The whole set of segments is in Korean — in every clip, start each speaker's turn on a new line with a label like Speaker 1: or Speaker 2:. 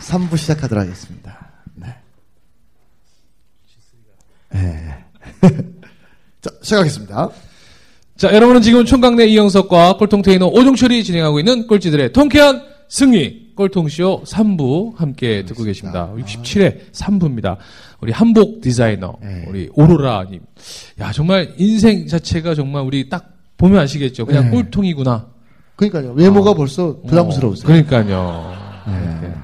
Speaker 1: 3부 시작하도록 하겠습니다. 네. 네. 자, 시작하겠습니다.
Speaker 2: 자, 여러분은 지금 총각내 이영석과 꼴통 테이너 오종철이 진행하고 있는 꼴찌들의 통쾌한 승리 꼴통쇼 3부 함께 듣고 계십니다. 67회 3부입니다. 우리 한복 디자이너
Speaker 1: 네.
Speaker 2: 우리 오로라님, 야 정말 인생 자체가 정말 우리 딱 보면 아시겠죠.
Speaker 1: 네.
Speaker 2: 그냥 꼴통이구나.
Speaker 1: 그러니까요. 외모가
Speaker 2: 어.
Speaker 1: 벌써 부담스러우세요.
Speaker 2: 어, 그러니까요.
Speaker 1: 네.
Speaker 2: 네.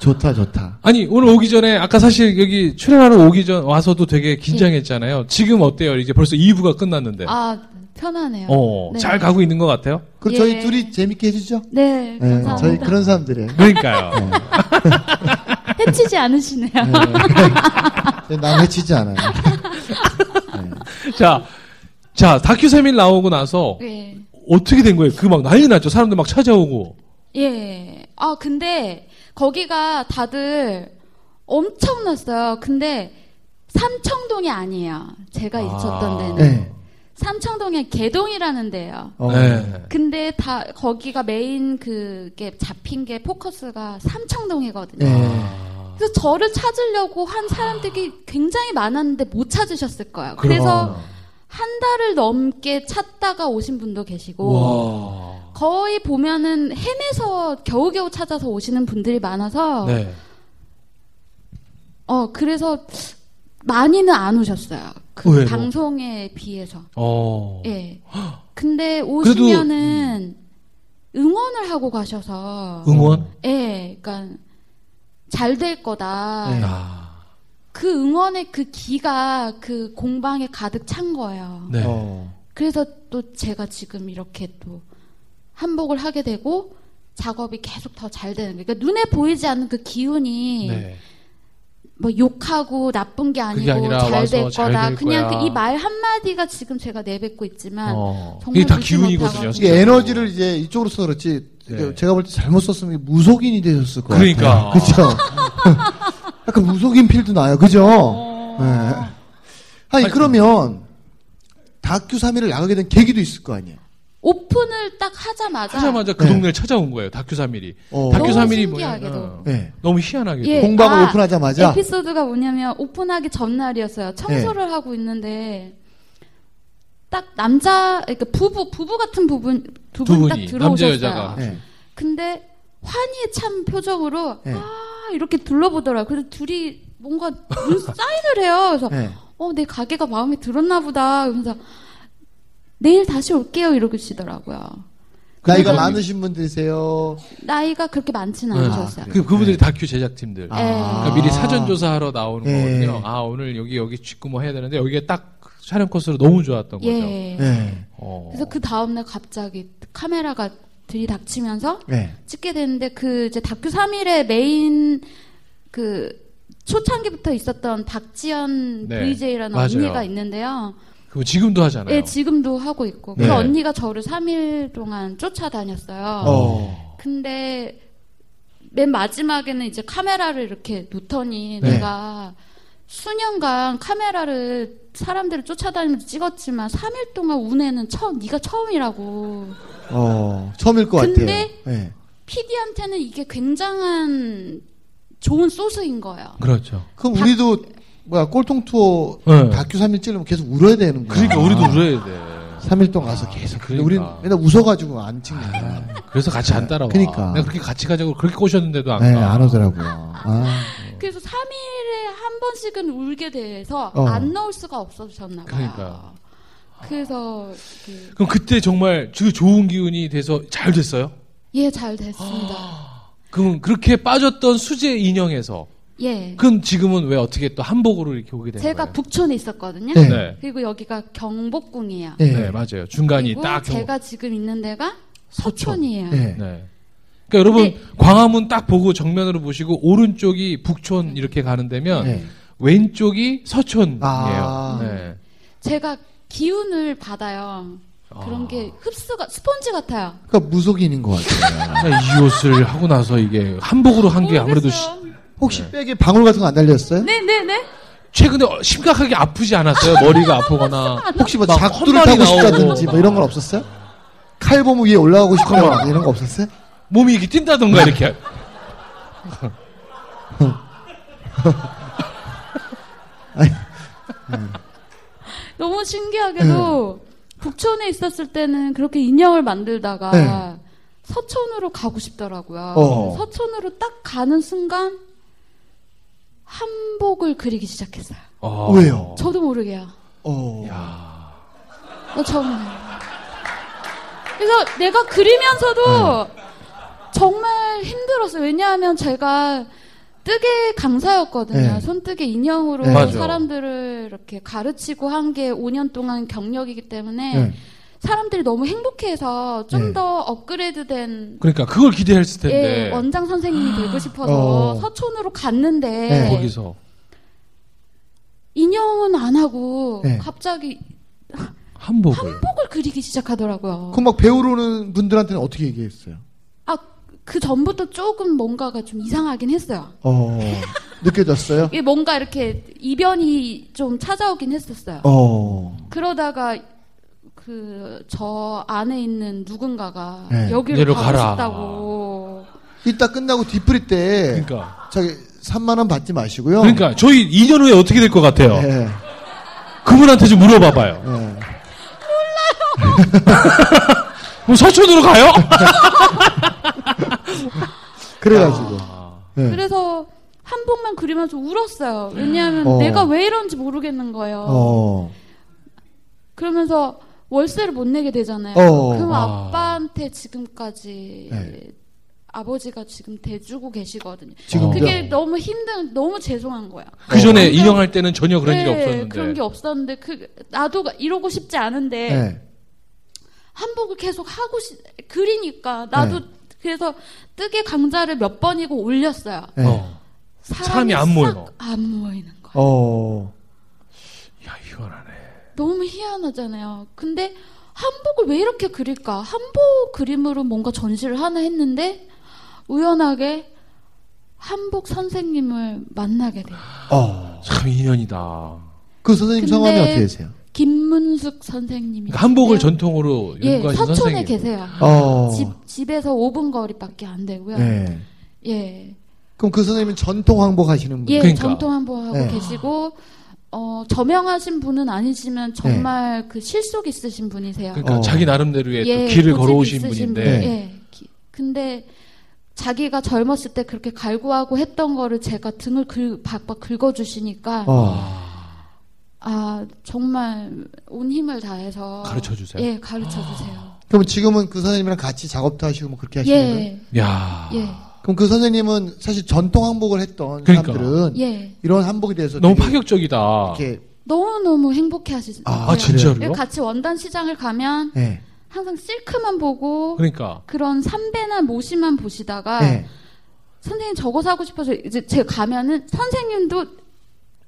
Speaker 1: 좋다, 좋다.
Speaker 2: 아니 오늘 오기 전에 아까 사실 여기 출연하러 오기 전 와서도 되게 긴장했잖아요. 지금 어때요? 이제 벌써 2부가 끝났는데.
Speaker 3: 아 편하네요.
Speaker 2: 네. 어,
Speaker 3: 네.
Speaker 2: 잘 가고 있는 것 같아요.
Speaker 1: 그럼
Speaker 3: 예.
Speaker 1: 저희 둘이 재밌게 해주죠? 네,
Speaker 3: 네, 감사합니다.
Speaker 1: 저희 그런 사람들이에요.
Speaker 2: 그러니까요.
Speaker 3: 해치지 않으시네요.
Speaker 1: 네. 남 해치지 않아요.
Speaker 2: 자, 자 다큐 세밀 나오고 나서
Speaker 1: 네.
Speaker 3: 예.
Speaker 2: 어떻게 된 거예요? 그 막 난리 났죠. 사람들 막 찾아오고.
Speaker 3: 예. 아 근데 거기가 다들 엄청났어요. 근데 삼청동이 아니에요. 제가 있었던
Speaker 2: 어.
Speaker 3: 데는
Speaker 1: 네.
Speaker 3: 삼청동에 개동이라는 데요.
Speaker 1: 어.
Speaker 2: 네.
Speaker 3: 근데 다 거기가 메인 그게 잡힌 게 포커스가 삼청동이거든요.
Speaker 1: 네.
Speaker 2: 아,
Speaker 3: 그래서 저를 찾으려고 한 사람들이 굉장히 많았는데 못 찾으셨을 거예요. 그래서 한 달을 넘게 찾다가 오신 분도
Speaker 1: 어.
Speaker 3: 계시고
Speaker 2: 와.
Speaker 3: 거의 보면은 헤매서 겨우겨우 찾아서 오시는 분들이 많아서
Speaker 2: 네.
Speaker 3: 어 그래서 많이는 안 오셨어요. 그
Speaker 2: 의외로.
Speaker 3: 방송에 비해서
Speaker 2: 어.
Speaker 3: 예. 근데
Speaker 2: 그래도-
Speaker 3: 오시면은 응원을 하고 가셔서
Speaker 2: 응원.
Speaker 3: 예, 그러니까 잘 될 거다.
Speaker 1: 네.
Speaker 2: 아.
Speaker 3: 그 응원의 그 기가 그 공방에 가득 찬 거예요.
Speaker 2: 네.
Speaker 1: 어.
Speaker 3: 그래서 또 제가 지금 이렇게 또 한복을 하게 되고 작업이 계속 더 잘 되는 거예요. 그러니까 눈에 보이지 않는 그 기운이
Speaker 2: 네.
Speaker 3: 뭐 욕하고 나쁜 게
Speaker 2: 그게
Speaker 3: 아니고
Speaker 2: 아니라
Speaker 3: 잘
Speaker 2: 와서
Speaker 3: 될
Speaker 2: 잘
Speaker 3: 거다.
Speaker 2: 될
Speaker 3: 그냥
Speaker 2: 거야.
Speaker 3: 이 말 한마디가 지금 제가 내뱉고 있지만
Speaker 2: 어.
Speaker 3: 아, 정말 뭐
Speaker 2: 이게 다
Speaker 3: 믿지
Speaker 2: 기운이거든요.
Speaker 3: 못하고.
Speaker 2: 진짜.
Speaker 1: 이게 에너지를 이제 이쪽으로 써서 그렇지.
Speaker 2: 네.
Speaker 1: 제가 볼 때 잘못 썼으면 무속인이 되셨을 거예요.
Speaker 2: 그러니까.
Speaker 1: 그죠? 약간 무속인 필드 나요. 그죠?
Speaker 3: 어.
Speaker 1: 네. 아니, 그러면 다큐 3일을 나가게 된 계기도 있을 거 아니에요?
Speaker 3: 오픈을 딱 하자마자,
Speaker 2: 하자마자 그
Speaker 1: 네.
Speaker 2: 동네를 찾아온 거예요. 다큐 3일이.
Speaker 1: 어.
Speaker 2: 다큐
Speaker 3: 너무
Speaker 2: 3일이
Speaker 3: 신기하게도.
Speaker 2: 뭐냐면
Speaker 1: 네.
Speaker 2: 어. 너무 희한하게.
Speaker 3: 예.
Speaker 1: 공방을
Speaker 3: 아,
Speaker 1: 오픈하자마자
Speaker 3: 에피소드가 뭐냐면 오픈하기 전날이었어요. 청소를
Speaker 1: 예.
Speaker 3: 하고 있는데 딱 남자 그러니까 부부 부부 같은 부분 두
Speaker 2: 두
Speaker 3: 분이 딱
Speaker 2: 분이, 남자,
Speaker 3: 들어오셨어요.
Speaker 2: 여자가.
Speaker 1: 네.
Speaker 3: 근데 환희의 참 표정으로
Speaker 1: 네.
Speaker 3: 아 이렇게 둘러보더라. 그래서 둘이 뭔가 눈 사인을 해요. 그래서
Speaker 1: 네.
Speaker 3: 어 내 가게가 마음에 들었나 보다. 그러면서 내일 다시 올게요 이러고 시더라고요.
Speaker 1: 나이가
Speaker 2: 그러니까-
Speaker 1: 많으신 분들이세요.
Speaker 3: 예. 나이가 그렇게 많지는
Speaker 2: 네.
Speaker 3: 않으셨어요.
Speaker 2: 그 그분들이 다큐 제작팀들.
Speaker 1: 아.
Speaker 2: 그러니까 미리 사전 조사하러 나오는
Speaker 1: 예.
Speaker 2: 거거든요. 아 오늘 여기 여기 찍고 뭐 해야 되는데 여기가 딱 촬영 코스로 너무 좋았던 거죠.
Speaker 3: 예.
Speaker 1: 네.
Speaker 2: 어.
Speaker 3: 그래서 그 다음날 갑자기 카메라가 들이닥치면서
Speaker 1: 네.
Speaker 3: 찍게 됐는데 그 이제 다큐 3일의 메인 그 초창기부터 있었던 박지연
Speaker 2: 네,
Speaker 3: VJ라는
Speaker 2: 맞아요.
Speaker 3: 언니가 있는데요.
Speaker 2: 그거 지금도 하잖아요.
Speaker 3: 예, 지금도 하고 있고
Speaker 1: 네.
Speaker 3: 그 언니가 저를 3일 동안 쫓아다녔어요.
Speaker 1: 어.
Speaker 3: 근데 맨 마지막에는 이제 카메라를 이렇게 놓더니
Speaker 1: 네.
Speaker 3: 내가 수년간 카메라를 사람들을 쫓아다니면서 찍었지만 3일 동안 운에는 처음 네가 처음이라고
Speaker 1: 어. 처음일 것
Speaker 3: 근데-
Speaker 1: 같아요. 네.
Speaker 3: PD한테는 이게 굉장한 좋은 소스인 거예요.
Speaker 2: 그렇죠.
Speaker 1: 그럼 우리도 뭐야 꼴통 투어
Speaker 2: 네.
Speaker 1: 다큐 3일 찌르면 계속 울어야 되는 거야.
Speaker 2: 그러니까 우리도 울어야 돼.
Speaker 1: 3일 동안 가서 계속. 근데 우린
Speaker 2: 그러니까.
Speaker 1: 맨날 웃어가지고 안 찍는 거야.
Speaker 2: 그래서 같이 안 따라와.
Speaker 1: 그러니까.
Speaker 2: 내가 그렇게 같이 가자고 그렇게 꼬셨는데도 안
Speaker 1: 네,
Speaker 2: 가.
Speaker 1: 안 오더라고요. 아.
Speaker 3: 그래서 3일에 한 번씩은 울게 돼서
Speaker 1: 어.
Speaker 3: 안 넣을 수가 없어졌나 봐요.
Speaker 2: 그러니까요.
Speaker 3: 그래서 이렇게
Speaker 2: 그럼 그때 정말 그 좋은 기운이 돼서 잘 됐어요?
Speaker 3: 예, 잘
Speaker 2: 아.
Speaker 3: 됐습니다.
Speaker 2: 그럼 그렇게 빠졌던 수제 인형에서
Speaker 3: 예.
Speaker 2: 그럼 지금은 왜 어떻게 또 한복으로 이렇게 오게 된
Speaker 3: 제가
Speaker 2: 거예요?
Speaker 3: 북촌에 있었거든요.
Speaker 1: 네.
Speaker 2: 네.
Speaker 3: 그리고 여기가 경복궁이에요.
Speaker 1: 예.
Speaker 2: 네, 맞아요. 중간이
Speaker 3: 그리고
Speaker 2: 딱
Speaker 3: 제가 지금 있는 데가
Speaker 1: 서촌.
Speaker 3: 서촌이에요.
Speaker 1: 예.
Speaker 2: 네. 그러니까 여러분 광화문 딱 보고 정면으로 보시고 오른쪽이 북촌 이렇게 가는 데면
Speaker 1: 네.
Speaker 2: 왼쪽이 서촌이에요.
Speaker 1: 아.
Speaker 2: 네.
Speaker 3: 제가 기운을 받아요. 그런 게 흡수가 스펀지 같아요.
Speaker 1: 그러니까 무속인인 것 같아요.
Speaker 2: 이 옷을 하고 나서 이게 한복으로 한 게 아무래도 시-
Speaker 3: 모르겠어요.
Speaker 1: 혹시
Speaker 2: 네.
Speaker 1: 백에 방울 같은 거 안 달렸어요?
Speaker 3: 네, 네, 네.
Speaker 2: 최근에 어, 심각하게 아프지 않았어요? 머리가 아프거나
Speaker 1: 혹시 뭐
Speaker 2: 막
Speaker 1: 작두를
Speaker 2: 헛말이
Speaker 1: 타고
Speaker 2: 나오고
Speaker 1: 싶다든지 뭐 이런 건 없었어요? 칼보무 위에 올라가고 싶다거나 이런 거 없었어요?
Speaker 2: 몸이 이렇게 뛴다던가 이렇게
Speaker 3: 너무 신기하게도
Speaker 2: 네.
Speaker 3: 북촌에 있었을 때는 그렇게 인형을 만들다가
Speaker 1: 네.
Speaker 3: 서촌으로 가고 싶더라고요.
Speaker 1: 어.
Speaker 3: 서촌으로 딱 가는 순간 한복을 그리기 시작했어요.
Speaker 2: 어.
Speaker 1: 왜요?
Speaker 3: 저도 모르게요.
Speaker 1: 어.
Speaker 3: 나 어, 처음이에요. 그래서 내가 그리면서도
Speaker 1: 네.
Speaker 3: 정말 힘들었어요. 왜냐하면 제가 뜨개 강사였거든요.
Speaker 1: 네.
Speaker 3: 손뜨개 인형으로
Speaker 1: 네.
Speaker 2: 맞아.
Speaker 3: 사람들을 이렇게 가르치고 한 게 5년 동안 경력이기 때문에
Speaker 1: 네.
Speaker 3: 사람들이 너무 행복해서
Speaker 1: 네.
Speaker 3: 좀 더 업그레이드된
Speaker 2: 그러니까 그걸 기대했을 텐데
Speaker 3: 예, 원장 선생님이 되고 싶어서
Speaker 1: 어.
Speaker 3: 서촌으로 갔는데
Speaker 1: 네.
Speaker 2: 거기서
Speaker 3: 인형은 안 하고
Speaker 1: 네.
Speaker 3: 갑자기
Speaker 2: 한복을
Speaker 3: 한복을 그리기 시작하더라고요.
Speaker 1: 그럼 막 배우로는 분들한테는 어떻게 얘기했어요?
Speaker 3: 아, 그 전부터 조금 뭔가가 좀 이상하긴 했어요.
Speaker 1: 어. 느껴졌어요?
Speaker 3: 이게 뭔가 이렇게 이변이 좀 찾아오긴 했었어요.
Speaker 1: 어.
Speaker 3: 그러다가 그 저 안에 있는 누군가가
Speaker 1: 네.
Speaker 3: 여기로
Speaker 2: 내려
Speaker 3: 가고
Speaker 2: 가라.
Speaker 3: 싶다고.
Speaker 1: 이따 끝나고 뒤풀이 때
Speaker 2: 그러니까
Speaker 1: 저기 3만 원 받지 마시고요.
Speaker 2: 그러니까 저희 2년 후에 어떻게 될 것 같아요?
Speaker 1: 예.
Speaker 2: 그분한테 좀 물어봐봐요.
Speaker 1: 예.
Speaker 2: 그럼 뭐 서촌으로 가요?
Speaker 1: 그래 가지고. 예.
Speaker 3: 그래서 한복만 그리면서 울었어요. 왜냐하면
Speaker 1: 어.
Speaker 3: 내가 왜 이런지 모르겠는 거예요.
Speaker 1: 어.
Speaker 3: 그러면서 월세를 못 내게 되잖아요.
Speaker 1: 어.
Speaker 3: 그럼
Speaker 2: 아.
Speaker 3: 아빠한테 지금까지
Speaker 1: 네.
Speaker 3: 아버지가 지금 대주고 계시거든요.
Speaker 1: 지금요?
Speaker 3: 그게 너무 힘든, 너무 죄송한 거야.
Speaker 2: 그 전에
Speaker 3: 완전-
Speaker 2: 인형 할 때는 전혀 아, 그런 일이
Speaker 3: 네,
Speaker 2: 없었는데.
Speaker 3: 그런 게 없었는데 그 나도 이러고 싶지 않은데
Speaker 1: 예.
Speaker 3: 한복을 계속 하고 시, 그리니까 나도
Speaker 1: 네.
Speaker 3: 그래서 뜨개 강좌를 몇 번이고 올렸어요.
Speaker 1: 예.
Speaker 2: 어. 사람이 안
Speaker 3: 싹
Speaker 2: 모여.
Speaker 3: 안 모이는 거.
Speaker 1: 어.
Speaker 2: 야 희한하네.
Speaker 3: 너무 희한하잖아요. 근데 한복을 왜 이렇게 그릴까? 한복 그림으로 뭔가 전시를 하나 했는데 우연하게 한복 선생님을 만나게 돼요.
Speaker 1: 어.
Speaker 2: 참 인연이다.
Speaker 1: 그 선생님
Speaker 3: 근데-
Speaker 1: 성함이 어떻게 되세요?
Speaker 3: 김문숙 선생님이
Speaker 2: 그러니까 한복을 전통으로
Speaker 3: 예,
Speaker 2: 연구하신
Speaker 3: 서촌에
Speaker 2: 선생님.
Speaker 3: 계세요.
Speaker 1: 어.
Speaker 3: 집 집에서 5분 거리밖에 안 되고요.
Speaker 2: 네.
Speaker 1: 예.
Speaker 3: 예,
Speaker 1: 그럼 그 선생님은 전통 항복 하시는 분.
Speaker 3: 예,
Speaker 2: 그러니까.
Speaker 3: 전통 한복 하고
Speaker 1: 네.
Speaker 3: 계시고 어, 저명하신 분은
Speaker 2: 네.
Speaker 3: 아니지만 정말 그 실속 있으신 분이세요.
Speaker 2: 그러니까
Speaker 1: 어.
Speaker 2: 자기 나름대로의 또
Speaker 3: 예,
Speaker 2: 길을
Speaker 3: 고집이
Speaker 2: 걸어오신
Speaker 3: 있으신
Speaker 2: 분인데.
Speaker 3: 분. 예. 기- 근데 자기가 젊었을 때 그렇게 갈구하고 했던 거를 제가 등을 긁, 박박 긁어주시니까
Speaker 1: 어.
Speaker 3: 아 정말 온 힘을 다해서
Speaker 2: 가르쳐 주세요.
Speaker 3: 예, 가르쳐 주세요.
Speaker 1: 그럼 지금은 그 선생님이랑 같이 작업도 하시고 뭐 그렇게 하시는 거예요?
Speaker 3: 예,
Speaker 2: 야.
Speaker 3: 예,
Speaker 1: 그럼 그 선생님은 사실 전통 항복을 했던
Speaker 2: 그러니까.
Speaker 1: 사람들은
Speaker 3: 예.
Speaker 1: 이런 항복에 대해서
Speaker 2: 너무
Speaker 1: 되게
Speaker 2: 파격적이다.
Speaker 1: 이렇게
Speaker 3: 너무 너무 행복해 하시죠.
Speaker 1: 아,
Speaker 2: 아 진짜로요?
Speaker 3: 예, 같이 원단 시장을 가면
Speaker 1: 예.
Speaker 3: 항상 실크만 보고
Speaker 2: 그러니까
Speaker 3: 그런 삼배나 모시만 보시다가
Speaker 1: 예.
Speaker 3: 선생님 저거 사고 싶어서 이제 제가 가면은 선생님도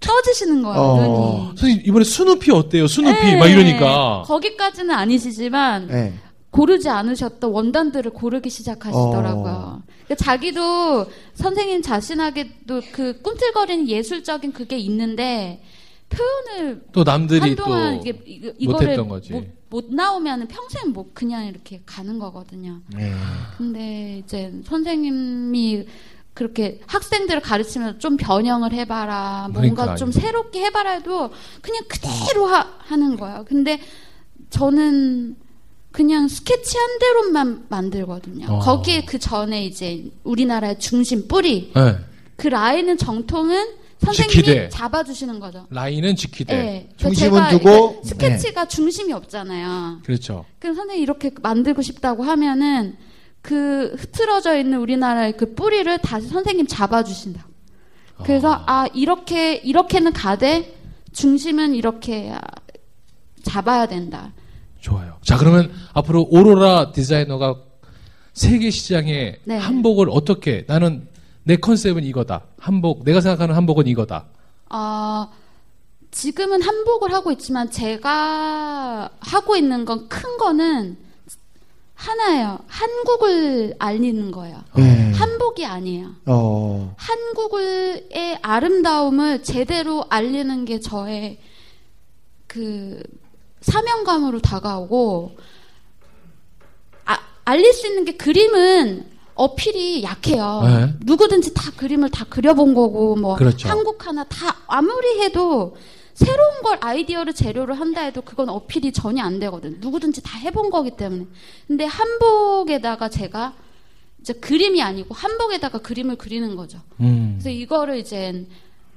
Speaker 3: 떠지시는 거예요
Speaker 1: 어.
Speaker 3: 눈이.
Speaker 2: 선생님 이번에 스누피 어때요? 스누피
Speaker 3: 네.
Speaker 2: 막 이러니까.
Speaker 3: 거기까지는 아니시지만
Speaker 1: 예.
Speaker 3: 고르지 않으셨던 원단들을 고르기
Speaker 2: 어.
Speaker 3: 시작하시더라고요. 그러니까 자기도 선생님 자신에게도 그 꿈틀거리는 예술적인 그게 있는데 표현을
Speaker 2: 또 남들이 또
Speaker 3: 한동안 이게 이- 이거를
Speaker 2: 못했던 거지.
Speaker 3: 못, 못 나오면 평생 뭐 그냥 이렇게 가는 거거든요.
Speaker 1: 예.
Speaker 3: 근데 이제 선생님이 그렇게 학생들을 가르치면 좀 변형을 해봐라, 뭔가
Speaker 2: 그러니까.
Speaker 3: 좀 새롭게 해봐라 해도 그냥 그대로 하, 하는 거예요. 근데 저는 그냥 스케치한 대로만 만들거든요.
Speaker 2: 어.
Speaker 3: 거기에 그 전에 이제 우리나라의 중심 뿌리,
Speaker 2: 네.
Speaker 3: 그 라인은 정통은 선생님이
Speaker 2: 지키되.
Speaker 3: 잡아주시는 거죠.
Speaker 2: 라인은 지키되.
Speaker 3: 예. 그러니까
Speaker 1: 중심은
Speaker 3: 제가
Speaker 1: 두고,
Speaker 3: 이제
Speaker 2: 네.
Speaker 3: 스케치가 중심이 없잖아요.
Speaker 2: 그렇죠.
Speaker 3: 그럼 선생님 이렇게 만들고 싶다고 하면은 그 흐트러져 있는 우리나라의 그 뿌리를 다시 선생님 잡아주신다. 그래서 아 이렇게 이렇게는 가되 중심은 이렇게 아, 잡아야 된다.
Speaker 2: 좋아요. 자, 그러면 앞으로 오로라 디자이너가 세계 시장에
Speaker 3: 네.
Speaker 2: 한복을 어떻게 나는 내 컨셉은 이거다. 한복 내가 생각하는 한복은 이거다.
Speaker 3: 어, 지금은 한복을 하고 있지만 제가 하고 있는 건 큰 거는 하나예요. 한국을 알리는 거예요.
Speaker 1: 네.
Speaker 3: 한복이 아니에요.
Speaker 1: 어.
Speaker 3: 한국의 아름다움을 제대로 알리는 게 저의 그 사명감으로 다가오고 아, 알릴 수 있는 게 그림은 어필이 약해요.
Speaker 2: 네.
Speaker 3: 누구든지 다 그림을 다 그려본 거고 뭐
Speaker 2: 그렇죠.
Speaker 3: 한국 하나 다 아무리 해도 새로운 걸 아이디어를 재료로 한다 해도 그건 어필이 전혀 안 되거든. 요 누구든지 다 해본 거기 때문에. 근데 한복에다가 제가 이제 그림이 아니고 한복에다가 그림을 그리는 거죠.
Speaker 2: 음.
Speaker 3: 그래서 이거를 이제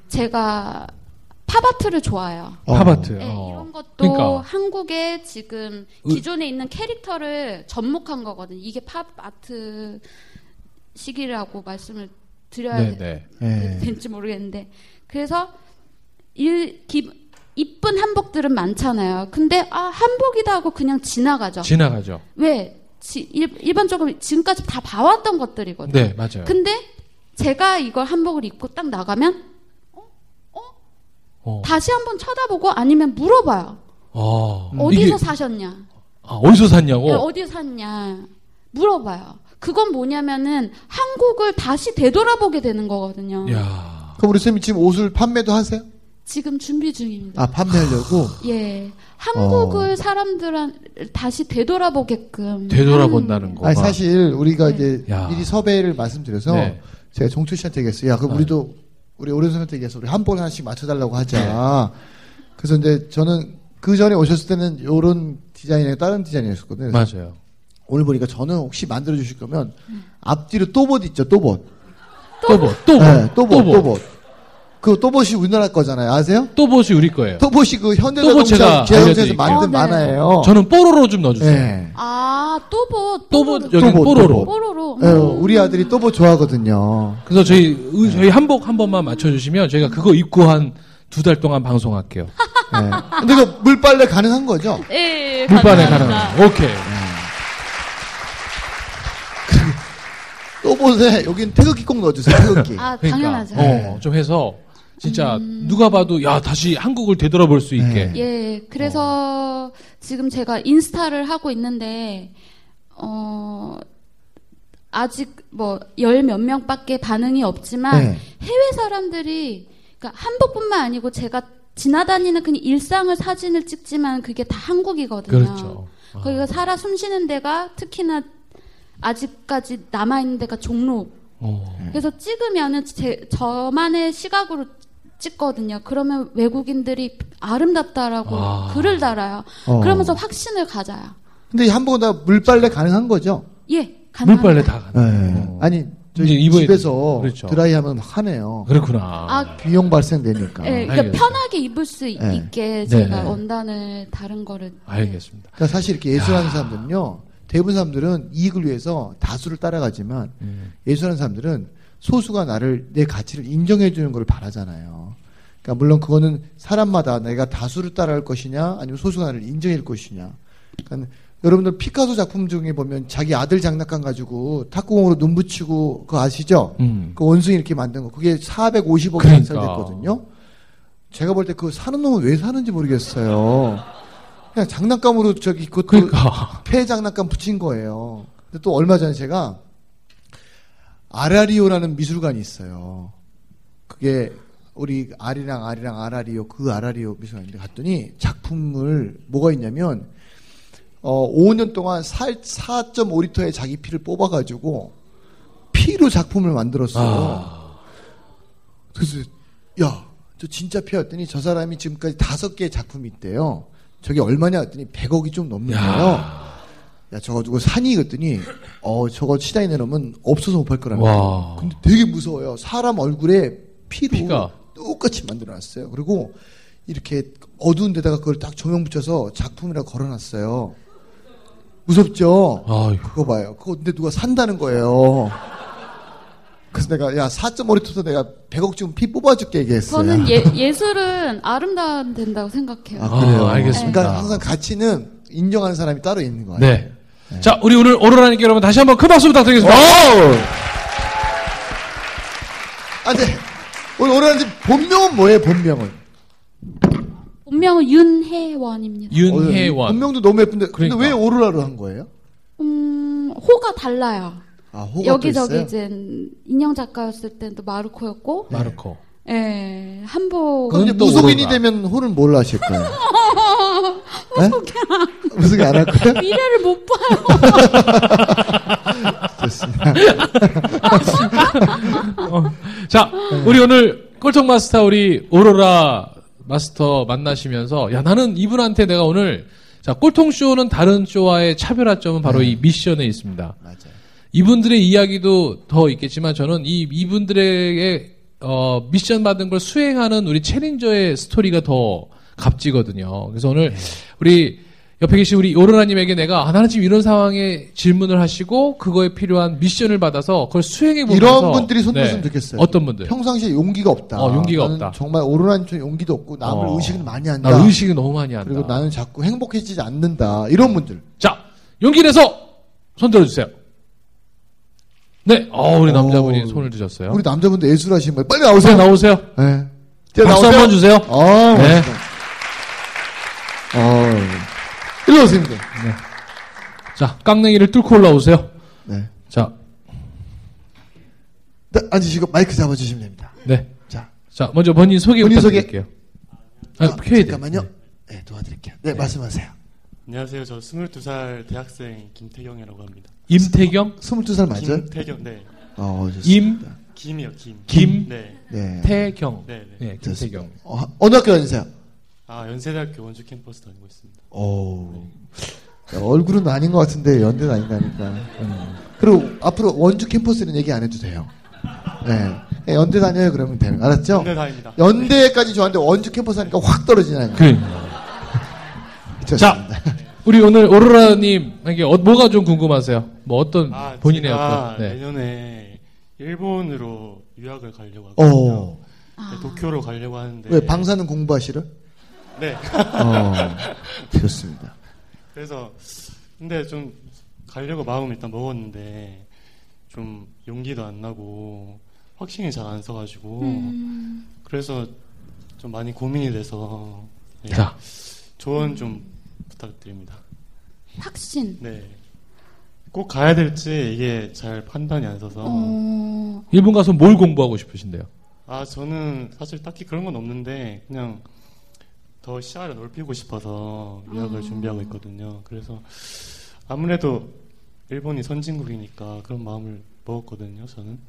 Speaker 3: 제가 팝아트를 좋아해요.
Speaker 1: 어.
Speaker 2: 팝아트.
Speaker 3: 네,
Speaker 2: 어.
Speaker 3: 이런 것도
Speaker 2: 그러니까.
Speaker 3: 한국의 지금
Speaker 2: 으-
Speaker 3: 기존에 있는 캐릭터를 접목한 거거든요. 이게 팝아트 시기라고 말씀을 드려야
Speaker 2: 네,
Speaker 3: 되-
Speaker 2: 네.
Speaker 1: 예.
Speaker 3: 될지 모르겠는데 그래서 일, 기, 이쁜 한복들은 많잖아요. 근데 아 한복이다 하고 그냥 지나가죠.
Speaker 2: 지나가죠.
Speaker 3: 왜? 지- 일, 일반적으로 지금까지 다 봐왔던 것들이거든요.
Speaker 2: 네, 맞아요.
Speaker 3: 근데 제가 이걸 한복을 입고 딱 나가면
Speaker 2: 어.
Speaker 3: 다시 한번 쳐다보고 아니면 물어봐요.
Speaker 2: 어.
Speaker 3: 어디서
Speaker 2: 이게-
Speaker 3: 사셨냐? 예,
Speaker 2: 아, 어디서 샀냐고.
Speaker 3: 어디서 샀냐? 물어봐요. 그건 뭐냐면은 한국을 다시 되돌아보게 되는 거거든요.
Speaker 2: 예. 야.
Speaker 1: 그럼 우리 쌤이 지금 옷을 판매도 하세요?
Speaker 3: 지금 준비 중입니다.
Speaker 1: 아, 판매하려고?
Speaker 3: 예. 한국을 사람들한 다시 되돌아보게끔
Speaker 2: 어. 되돌아본다는 거.
Speaker 1: 아니, 사실 우리가
Speaker 3: 네.
Speaker 1: 이제
Speaker 2: 야.
Speaker 1: 미리 섭외를 말씀드려서
Speaker 2: 네.
Speaker 1: 제가 종철 씨한테 얘기했어요. 야, 그럼 우리도 우리 오랜 선생님한테 얘기해서 우리 한복을 하나씩 맞춰달라고 하자.
Speaker 2: 네.
Speaker 1: 그래서 이제 저는 그 전에 오셨을 때는 요런 디자인이 다른 디자인이었었거든요. 그래서
Speaker 2: 맞아요.
Speaker 1: 오늘 보니까 저는 혹시 만들어 주실 거면
Speaker 3: 음.
Speaker 1: 앞뒤로 또봇 있죠, 또봇.
Speaker 2: 또봇, 또봇,
Speaker 1: 네, 또봇, 또봇. 그 또봇이 우리나라 거잖아요. 아세요?
Speaker 2: 또봇이 우리 거예요.
Speaker 1: 또봇이 그
Speaker 2: 또봇 제가
Speaker 1: 현대자동차 제형사에서
Speaker 2: 알려드릴게요.
Speaker 1: 만든
Speaker 3: 아, 네.
Speaker 1: 만화예요.
Speaker 2: 저는 뽀로로 좀 넣어주세요.
Speaker 1: 예.
Speaker 3: 아, 또보 뭐.
Speaker 2: 또봇 뭐, 여기
Speaker 1: 또봇,
Speaker 2: 뽀로로. 어,
Speaker 1: 또봇.
Speaker 3: 뽀로로.
Speaker 1: 예, 우리 아들이 또봇 좋아하거든요.
Speaker 2: 그래서 저희
Speaker 3: 네.
Speaker 2: 의- 저희 한복 한 번만 맞춰주시면 저희가 그거 입고 한 두 달 동안 방송할게요.
Speaker 3: 아,
Speaker 1: 예. 근데 그 물빨래 가능한 거죠?
Speaker 3: 예,
Speaker 2: 물반에
Speaker 3: 감사합니다.
Speaker 2: 가는. 오케이.
Speaker 1: 또봇에 여긴 태극기 꼭 넣어주세요. 태극기.
Speaker 3: 아,
Speaker 2: 그러니까
Speaker 3: 당연하죠. 음.
Speaker 2: 어, 좀 해서 진짜 누가 봐도 야 다시 한국을 되돌아볼 수 있게.
Speaker 1: 네.
Speaker 3: 예, 그래서 지금 제가 인스타를 하고 있는데, 어, 아직 뭐, 열 몇 명밖에 반응이 없지만,
Speaker 1: 네.
Speaker 3: 해외 사람들이, 그러니까 한복뿐만 아니고 제가 지나다니는 그냥 일상을 사진을 찍지만 그게 다 한국이거든요.
Speaker 2: 그렇죠. 아.
Speaker 3: 거기가 살아 숨 쉬는 데가 특히나 아직까지 남아있는 데가 종로.
Speaker 2: 어.
Speaker 3: 그래서 찍으면은 제, 저만의 시각으로 찍거든요. 그러면 외국인들이 아름답다라고
Speaker 2: 아.
Speaker 3: 글을 달아요.
Speaker 1: 어.
Speaker 3: 그러면서 확신을 가져요.
Speaker 1: 근데 한복은 다 물빨래 가능한 거죠?
Speaker 3: 예, 가능합니다. 네.
Speaker 2: 물빨래 다 가는. 어.
Speaker 1: 아니,
Speaker 2: 이제
Speaker 1: 저희
Speaker 2: 입어야
Speaker 1: 집에서
Speaker 2: 돼. 그렇죠.
Speaker 1: 드라이하면 막 하네요.
Speaker 2: 그렇구나.
Speaker 3: 아,
Speaker 1: 비용 발생되니까.
Speaker 3: 예, 그러니까
Speaker 2: 알겠어요.
Speaker 3: 편하게 입을 수 있-
Speaker 1: 네.
Speaker 3: 있게
Speaker 2: 네,
Speaker 3: 제가
Speaker 2: 네.
Speaker 3: 원단을 다른 거를
Speaker 2: 알겠습니다.
Speaker 1: 그러니까 사실 이렇게 예술하는 사람들은요, 대부분 사람들은 이익을 위해서 다수를 따라가지만
Speaker 2: 음.
Speaker 1: 예술하는 사람들은 소수가 나를 내 가치를 인정해 주는 걸 바라잖아요. 그러니까 물론 그거는 사람마다 내가 다수를 따라할 것이냐 아니면 소수가 나를 인정할 것이냐. 그러니까 여러분들 피카소 작품 중에 보면 자기 아들 장난감 가지고 탁구공으로 눈 붙이고 그거 아시죠?
Speaker 2: 음.
Speaker 1: 그 원숭이 이렇게 만든 거 그게 450억이
Speaker 2: 그러니까.
Speaker 1: 완성됐거든요. 제가 볼 때 그 사는 놈은 왜 사는지 모르겠어요. 그냥 장난감으로 저기 그것도
Speaker 2: 그러니까
Speaker 1: 폐 장난감 붙인 거예요. 근데 또 얼마 전에 제가 아라리오라는 미술관이 있어요. 그게 우리 아리랑 아리랑 아라리오 그 아라리오 미술관인데 갔더니 작품을 뭐가 있냐면 어 5년 동안 살 4.5리터의 자기 피를 뽑아가지고 피로 작품을 만들었어요. 그래서 야, 저 진짜 피였더니 저 사람이 지금까지 다섯 개의 작품이 있대요. 저게 얼마냐 했더니 100억이 좀 넘는 거예요. 야, 저거 누구 산이 이랬더니 어, 저거 시장에 내놓으면 없어서 못 팔 거라며.
Speaker 2: 와.
Speaker 1: 근데 되게 무서워요. 사람 얼굴에 피로
Speaker 2: 피가.
Speaker 1: 똑같이 만들어놨어요. 그리고 이렇게 어두운 데다가 그걸 딱 조명 붙여서 작품이라 걸어놨어요. 무섭죠?
Speaker 2: 아유.
Speaker 1: 그거 봐요. 그거 근데 누가 산다는 거예요. 그래서 내가 야 4.5리터도 내가 100억 주면 피 뽑아줄게 얘기했어요.
Speaker 3: 저는 예, 예술은 아름다운다고 생각해요.
Speaker 1: 아, 그래요.
Speaker 2: 아, 알겠습니다.
Speaker 1: 그러니까 항상 가치는 인정하는 사람이 따로 있는
Speaker 3: 아,
Speaker 1: 거예요.
Speaker 2: 네. 자, 우리 오늘 오로라님께 여러분 다시 한번 큰 박수 부탁드리겠습니다.
Speaker 3: 어?
Speaker 1: 아, 네. 오늘 오라는지 본명은 뭐예요? 본명은
Speaker 3: 본명은 윤혜원입니다.
Speaker 1: 어,
Speaker 2: 윤혜원.
Speaker 1: 본명도 너무 예쁜데
Speaker 2: 그러니까.
Speaker 1: 근데 왜 오로라로 한 거예요?
Speaker 3: 음, 호가 달라요.
Speaker 1: 아, 호가 또
Speaker 3: 여기저기
Speaker 1: 있어요?
Speaker 3: 이제 인형 작가였을 때는 또 마르코였고,
Speaker 2: 마르코.
Speaker 3: 예, 한복.
Speaker 1: 그럼 이제
Speaker 2: 그건 또
Speaker 1: 무속인이
Speaker 2: 오로라.
Speaker 1: 되면 호는 뭘 하실 거예요? 네? 무속이 안 할 거예요?
Speaker 3: 미래를 못 봐요.
Speaker 1: 좋습니다.
Speaker 2: 어. 자, 우리 오늘 꼴통 마스터 우리 오로라 마스터 만나시면서 야 나는 이분한테 내가 오늘 자 꼴통 쇼는 다른 쇼와의 차별화점은 바로 이 미션에 있습니다.
Speaker 1: 맞아요.
Speaker 2: 이분들의 이야기도 더 있겠지만 저는 이 이분들의 어, 미션 받은 걸 수행하는 우리 챌린저의 스토리가 더 값지거든요. 그래서 오늘
Speaker 1: 네.
Speaker 2: 우리 옆에 계신 우리 오로라님에게 내가 아, 나는 지금 이런 상황에 질문을 하시고 그거에 필요한 미션을 받아서 그걸 수행해 보면서 네.
Speaker 1: 이런 분들이 손들었으면 좋겠어요.
Speaker 2: 어떤 분들?
Speaker 1: 평상시에 용기가 없다.
Speaker 2: 어, 용기가
Speaker 1: 나는
Speaker 2: 없다.
Speaker 1: 정말 오로라니처럼 용기도 없고 남을
Speaker 2: 어.
Speaker 1: 의식을 많이 한다.
Speaker 2: 나 의식이 너무 많이 한다.
Speaker 1: 그리고 나는 자꾸 행복해지지 않는다. 이런 분들.
Speaker 2: 자, 용기 내서 손 들어주세요. 네, 어, 우리 남자분이
Speaker 1: 어.
Speaker 2: 손을 드셨어요.
Speaker 1: 우리 남자분들 예술하시는 거예요. 빨리
Speaker 2: 네,
Speaker 1: 나오세요.
Speaker 2: 나오세요.
Speaker 1: 네.
Speaker 2: 박수 한번 주세요.
Speaker 1: 어,
Speaker 2: 네.
Speaker 1: 멋있다. 어. 일로 오세요. 형님.
Speaker 2: 자, 깡냉이를 뚫고 올라오세요.
Speaker 1: 네.
Speaker 2: 자,
Speaker 1: 네. 앉으시고 마이크 잡아주시면 됩니다.
Speaker 2: 네.
Speaker 1: 자,
Speaker 2: 자, 먼저 본인 소개
Speaker 1: 본인 소개.
Speaker 2: 부탁드릴게요. 아,
Speaker 1: 아,
Speaker 2: 켜야 돼.
Speaker 1: 잠깐만요. 네, 도와드릴게요. 네, 말씀하세요.
Speaker 4: 안녕하세요. 저 22살 대학생 김태경이라고 합니다.
Speaker 2: 임태경,
Speaker 1: 22살 맞아요?
Speaker 4: 김태경, 네.
Speaker 1: 어, 좋습니다.
Speaker 4: 김이요, 김.
Speaker 2: 김?
Speaker 4: 네.
Speaker 1: 네.
Speaker 2: 태경.
Speaker 4: 네, 네.
Speaker 2: 네, 김태경.
Speaker 1: 어, 어느 학교 다니세요?
Speaker 4: 아, 연세대학교 원주 캠퍼스 다니고 있습니다.
Speaker 1: 오. 어, 얼굴은 아닌 것 같은데 연대는 아닌다니까. 음. 그리고 앞으로 원주 캠퍼스는 얘기 안 해도 돼요. 네. 네, 연대 다녀요 그러면 되는 거 알았죠?
Speaker 4: 네, 다입니다.
Speaker 1: 연대까지 좋았는데 원주 캠퍼스 하니까 확 떨어지나요?
Speaker 2: 그, 자, 우리 오늘 오로라님에게 어, 뭐가 좀 궁금하세요? 뭐 어떤
Speaker 4: 아,
Speaker 2: 본인의
Speaker 4: 제가
Speaker 2: 어떤. 네.
Speaker 4: 내년에 일본으로 유학을 가려고 하거든요.
Speaker 1: 어.
Speaker 4: 네, 도쿄로 가려고 하는데
Speaker 1: 왜 방사는 공부하시려?
Speaker 4: 네.
Speaker 1: 어. 좋습니다.
Speaker 4: 그래서 근데 좀 가려고 마음을 일단 먹었는데 좀 용기도 안 나고 확신이 잘 안 서가지고
Speaker 3: 음.
Speaker 4: 그래서 좀 많이 고민이 돼서 네,
Speaker 2: 자,
Speaker 4: 조언 좀 부탁드립니다.
Speaker 3: 확신.
Speaker 4: 네. 꼭 가야 될지 이게 잘 판단이 안 서서.
Speaker 3: 어,
Speaker 2: 일본 가서 뭘 공부하고 싶으신데요?
Speaker 4: 아, 저는 사실 딱히 그런 건 없는데, 그냥 더 시야를 넓히고 싶어서
Speaker 3: 음.
Speaker 4: 유학을 준비하고 있거든요. 그래서 아무래도 일본이 선진국이니까 그런 마음을 먹었거든요, 저는.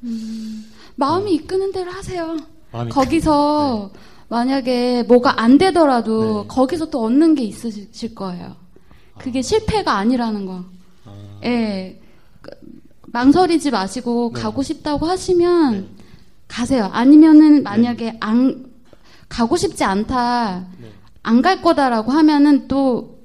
Speaker 3: 마음이 이끄는 대로 하세요.
Speaker 4: 마음이
Speaker 3: 거기서 만약에 뭐가 안 되더라도
Speaker 4: 네.
Speaker 3: 거기서 또 얻는 게 있으실 거예요.
Speaker 4: 아.
Speaker 3: 그게 실패가 아니라는 거. 예. 그, 망설이지 마시고 가고 싶다고 하시면
Speaker 4: 네.
Speaker 3: 가세요. 아니면은 만약에 안 가고 싶지 않다.
Speaker 4: 네.
Speaker 3: 안 갈 거다라고 하면은 또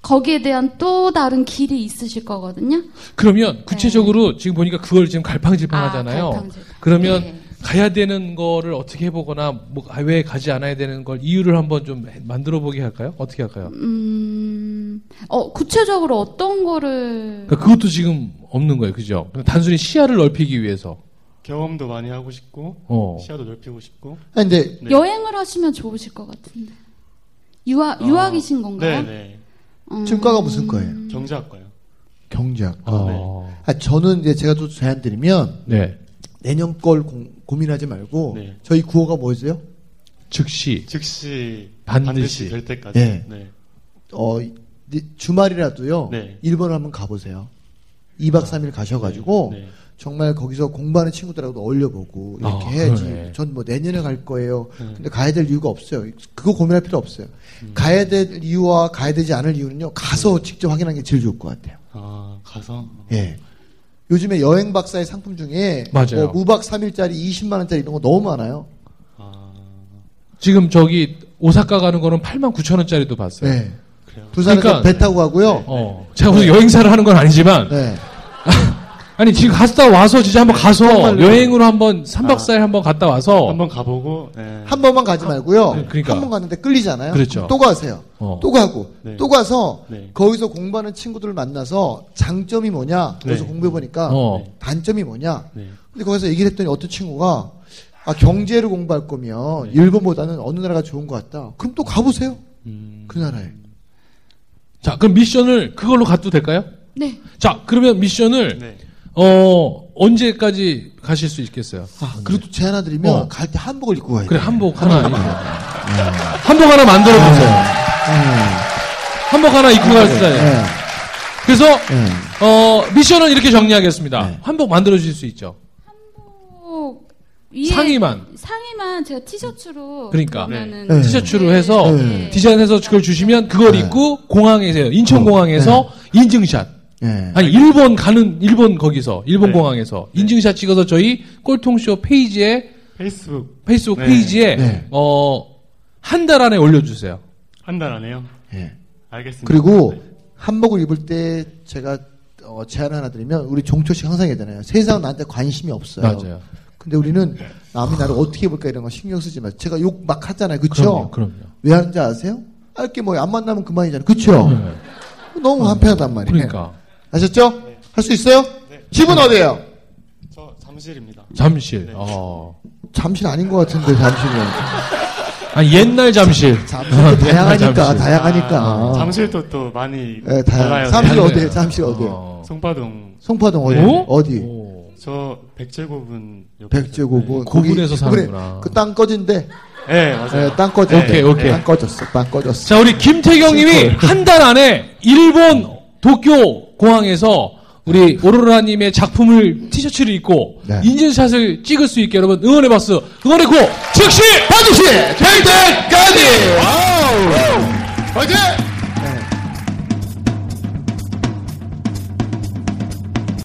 Speaker 3: 거기에 대한 또 다른 길이 있으실 거거든요.
Speaker 2: 그러면 구체적으로 지금 보니까 그걸 지금 갈팡질팡
Speaker 3: 네. 아,
Speaker 2: 하잖아요.
Speaker 3: 갈팡질팡.
Speaker 2: 그러면
Speaker 3: 네.
Speaker 2: 가야 되는 거를 어떻게 해보거나 뭐, 아, 왜 가지 않아야 되는 걸 이유를 한번 좀 만들어 보게 할까요? 어떻게 할까요?
Speaker 3: 음, 어, 구체적으로 어떤 거를
Speaker 2: 그것도 지금 없는 거예요. 그죠? 그냥 단순히 시야를 넓히기 위해서.
Speaker 4: 경험도 많이 하고 싶고,
Speaker 2: 어.
Speaker 4: 시야도 넓히고 싶고.
Speaker 1: 아니, 근데
Speaker 4: 네.
Speaker 3: 여행을 하시면 좋으실 것 같은데.
Speaker 2: 아,
Speaker 3: 유학, 유학이신 건가요?
Speaker 4: 네네.
Speaker 3: 음,
Speaker 1: 지금 과가 무슨 거예요?
Speaker 4: 경제학과요.
Speaker 1: 경제학. 과
Speaker 4: 네.
Speaker 2: 아,
Speaker 1: 아, 저는 이제 제가 또 제안 드리면
Speaker 2: 네.
Speaker 1: 내년 걸 공- 고민하지 말고
Speaker 4: 네.
Speaker 1: 저희 구호가 뭐였어요?
Speaker 2: 즉시.
Speaker 4: 즉시
Speaker 2: 반드시.
Speaker 4: 반드시, 될 때까지.
Speaker 1: 네.
Speaker 4: 네.
Speaker 1: 어, 이- 주말이라도요.
Speaker 4: 네.
Speaker 1: 일본을 한번 가보세요. 2박 3일 가셔가지고
Speaker 4: 네.
Speaker 1: 정말 거기서 공부하는 친구들하고도 어울려보고 이렇게
Speaker 2: 아,
Speaker 1: 해야지.
Speaker 2: 그러네. 네.
Speaker 1: 전 뭐 내년에 갈 거예요. 근데 가야 될 이유가 없어요. 그거 고민할 필요 없어요.
Speaker 2: 음.
Speaker 1: 가야 될 이유와 가야 되지 않을 이유는요. 가서 직접 확인하는 게 제일 좋을 것 같아요.
Speaker 2: 음.
Speaker 4: 아, 가서.
Speaker 1: 예. 요즘에 여행 박사의 상품 중에
Speaker 2: 맞아요.
Speaker 1: 뭐 무박 3일짜리 20만 원짜리 이런 거 너무 많아요.
Speaker 4: 아,
Speaker 2: 지금 저기 오사카 가는 거는 8만 9천 원짜리도 봤어요.
Speaker 1: 네.
Speaker 4: 그래요.
Speaker 1: 부산에서
Speaker 2: 그러니까-
Speaker 1: 배 타고 가고요.
Speaker 2: 어, 제가 무슨 여행사를 하는 건 아니지만
Speaker 1: 네.
Speaker 2: 아니 지금 갔다 와서 진짜 한번 가서
Speaker 1: 정말로요?
Speaker 2: 여행으로 한번 3박 4일 한번 갔다 와서
Speaker 4: 한번 가보고 네.
Speaker 1: 어. 한 번만 가지 말고요.
Speaker 2: 네, 그러니까.
Speaker 1: 한 번 갔는데 끌리잖아요.
Speaker 2: 그렇죠.
Speaker 1: 그럼 또 가세요.
Speaker 2: 어.
Speaker 1: 또 가고
Speaker 4: 네.
Speaker 1: 또 가서
Speaker 4: 네.
Speaker 1: 거기서 공부하는 친구들을 만나서 장점이 뭐냐 거기서
Speaker 4: 네.
Speaker 1: 공부해 보니까
Speaker 2: 어.
Speaker 1: 단점이 뭐냐
Speaker 4: 네.
Speaker 1: 근데 거기서 얘기를 했더니 어떤 친구가 아 경제를 공부할 거면
Speaker 2: 네.
Speaker 1: 일본보다는 어느 나라가 좋은 것 같다 그럼 또 가보세요
Speaker 4: 음,
Speaker 1: 그 나라에
Speaker 2: 자 그럼 미션을 그걸로 가도 될까요?
Speaker 3: 네.
Speaker 2: 자 그러면 미션을
Speaker 4: 네.
Speaker 2: 어 언제까지 가실 수 있겠어요?
Speaker 1: 아 그래도 제안 하나 드리면
Speaker 2: 음. 어.
Speaker 1: 갈 때 한복을 입고 가야 돼요
Speaker 2: 그래 한복 하나 입고 음. 한복 하나 만들어 보세요.
Speaker 1: 네.
Speaker 2: 한복 하나 입고 갈 스타일. 그래서
Speaker 1: 네,
Speaker 2: 어 미션은 이렇게 정리하겠습니다. 한복 만들어 주실 수 있죠.
Speaker 3: 꼭 어, 위에
Speaker 2: 상의만
Speaker 3: 상의만 제가 티셔츠로
Speaker 2: 그러니까.
Speaker 3: 그러면은
Speaker 1: 네.
Speaker 2: 티셔츠로 해서
Speaker 3: 네.
Speaker 2: 디자인해서 그걸 주시면 그걸
Speaker 1: 네.
Speaker 2: 입고 공항에서 인천공항에서 인증샷
Speaker 1: 예.
Speaker 2: 아니 일본 가는 일본 거기서 일본
Speaker 4: 네.
Speaker 2: 공항에서 인증샷 찍어서 저희 꼴통쇼 페이지에
Speaker 4: 페이스북
Speaker 2: 페이스북
Speaker 4: 네.
Speaker 2: 페이지에
Speaker 1: 네.
Speaker 2: 어한 달 안에 올려주세요.
Speaker 4: 한 달 안에요.
Speaker 1: 예.
Speaker 4: 알겠습니다.
Speaker 1: 그리고
Speaker 4: 네.
Speaker 1: 한복을 입을 때 제가 어, 제안 하나 드리면 우리 종초 씨 항상 얘기하잖아요. 세상 나한테 관심이 없어요.
Speaker 2: 맞아요.
Speaker 1: 근데 우리는
Speaker 2: 네.
Speaker 1: 남이 나를 어떻게 볼까 이런 거 신경 쓰지 마세요. 제가 욕 막 하잖아요.
Speaker 2: 그럼요.
Speaker 1: 그쵸?
Speaker 2: 그럼요.
Speaker 1: 왜 하는지 아세요? 알게 뭐안 만나면 그만이잖아요. 그쵸? 너무 한편하단 말이에요.
Speaker 2: 네. 그러니까
Speaker 1: 아셨죠? 할 수 있어요?
Speaker 4: 네.
Speaker 1: 집은 어디예요?
Speaker 4: 저 잠실입니다.
Speaker 2: 잠실.
Speaker 4: 네.
Speaker 2: 어.
Speaker 1: 잠실 아닌 것 같은데 잠실은
Speaker 2: 아니 옛날 잠실.
Speaker 1: 잠실 다양하니까
Speaker 2: 아, 네, 잠실.
Speaker 1: 다양하니까
Speaker 4: 아, 잠실도 또 많이
Speaker 1: 예, 다양.
Speaker 4: 달라요.
Speaker 1: 잠실
Speaker 2: 다양해요.
Speaker 1: 어디예요? 잠실 어디예요?
Speaker 2: 네. 어.
Speaker 4: 송파동
Speaker 1: 송파동 어디?
Speaker 2: 오?
Speaker 1: 어디?
Speaker 2: 오.
Speaker 4: 저 백제고분 옆에
Speaker 1: 백제고분
Speaker 2: 고분에서
Speaker 1: 거기- 그래,
Speaker 2: 사는구나.
Speaker 1: 그땅 꺼진데
Speaker 4: 네, 맞아요.
Speaker 1: 예, 땅 꺼져
Speaker 2: 오케이, 오케이.
Speaker 1: 땅 꺼졌어 땅 꺼졌어
Speaker 2: 자, 우리 김태경님이
Speaker 1: 심플.
Speaker 2: 한 달 안에 일본 도쿄 공항에서 우리 오로라님의 작품을 티셔츠를 입고
Speaker 1: 네.
Speaker 2: 인증샷을 찍을 수 있게 여러분 응원의 박수 응원의 고 즉시
Speaker 1: 반드시 될 때까지 와우 화이팅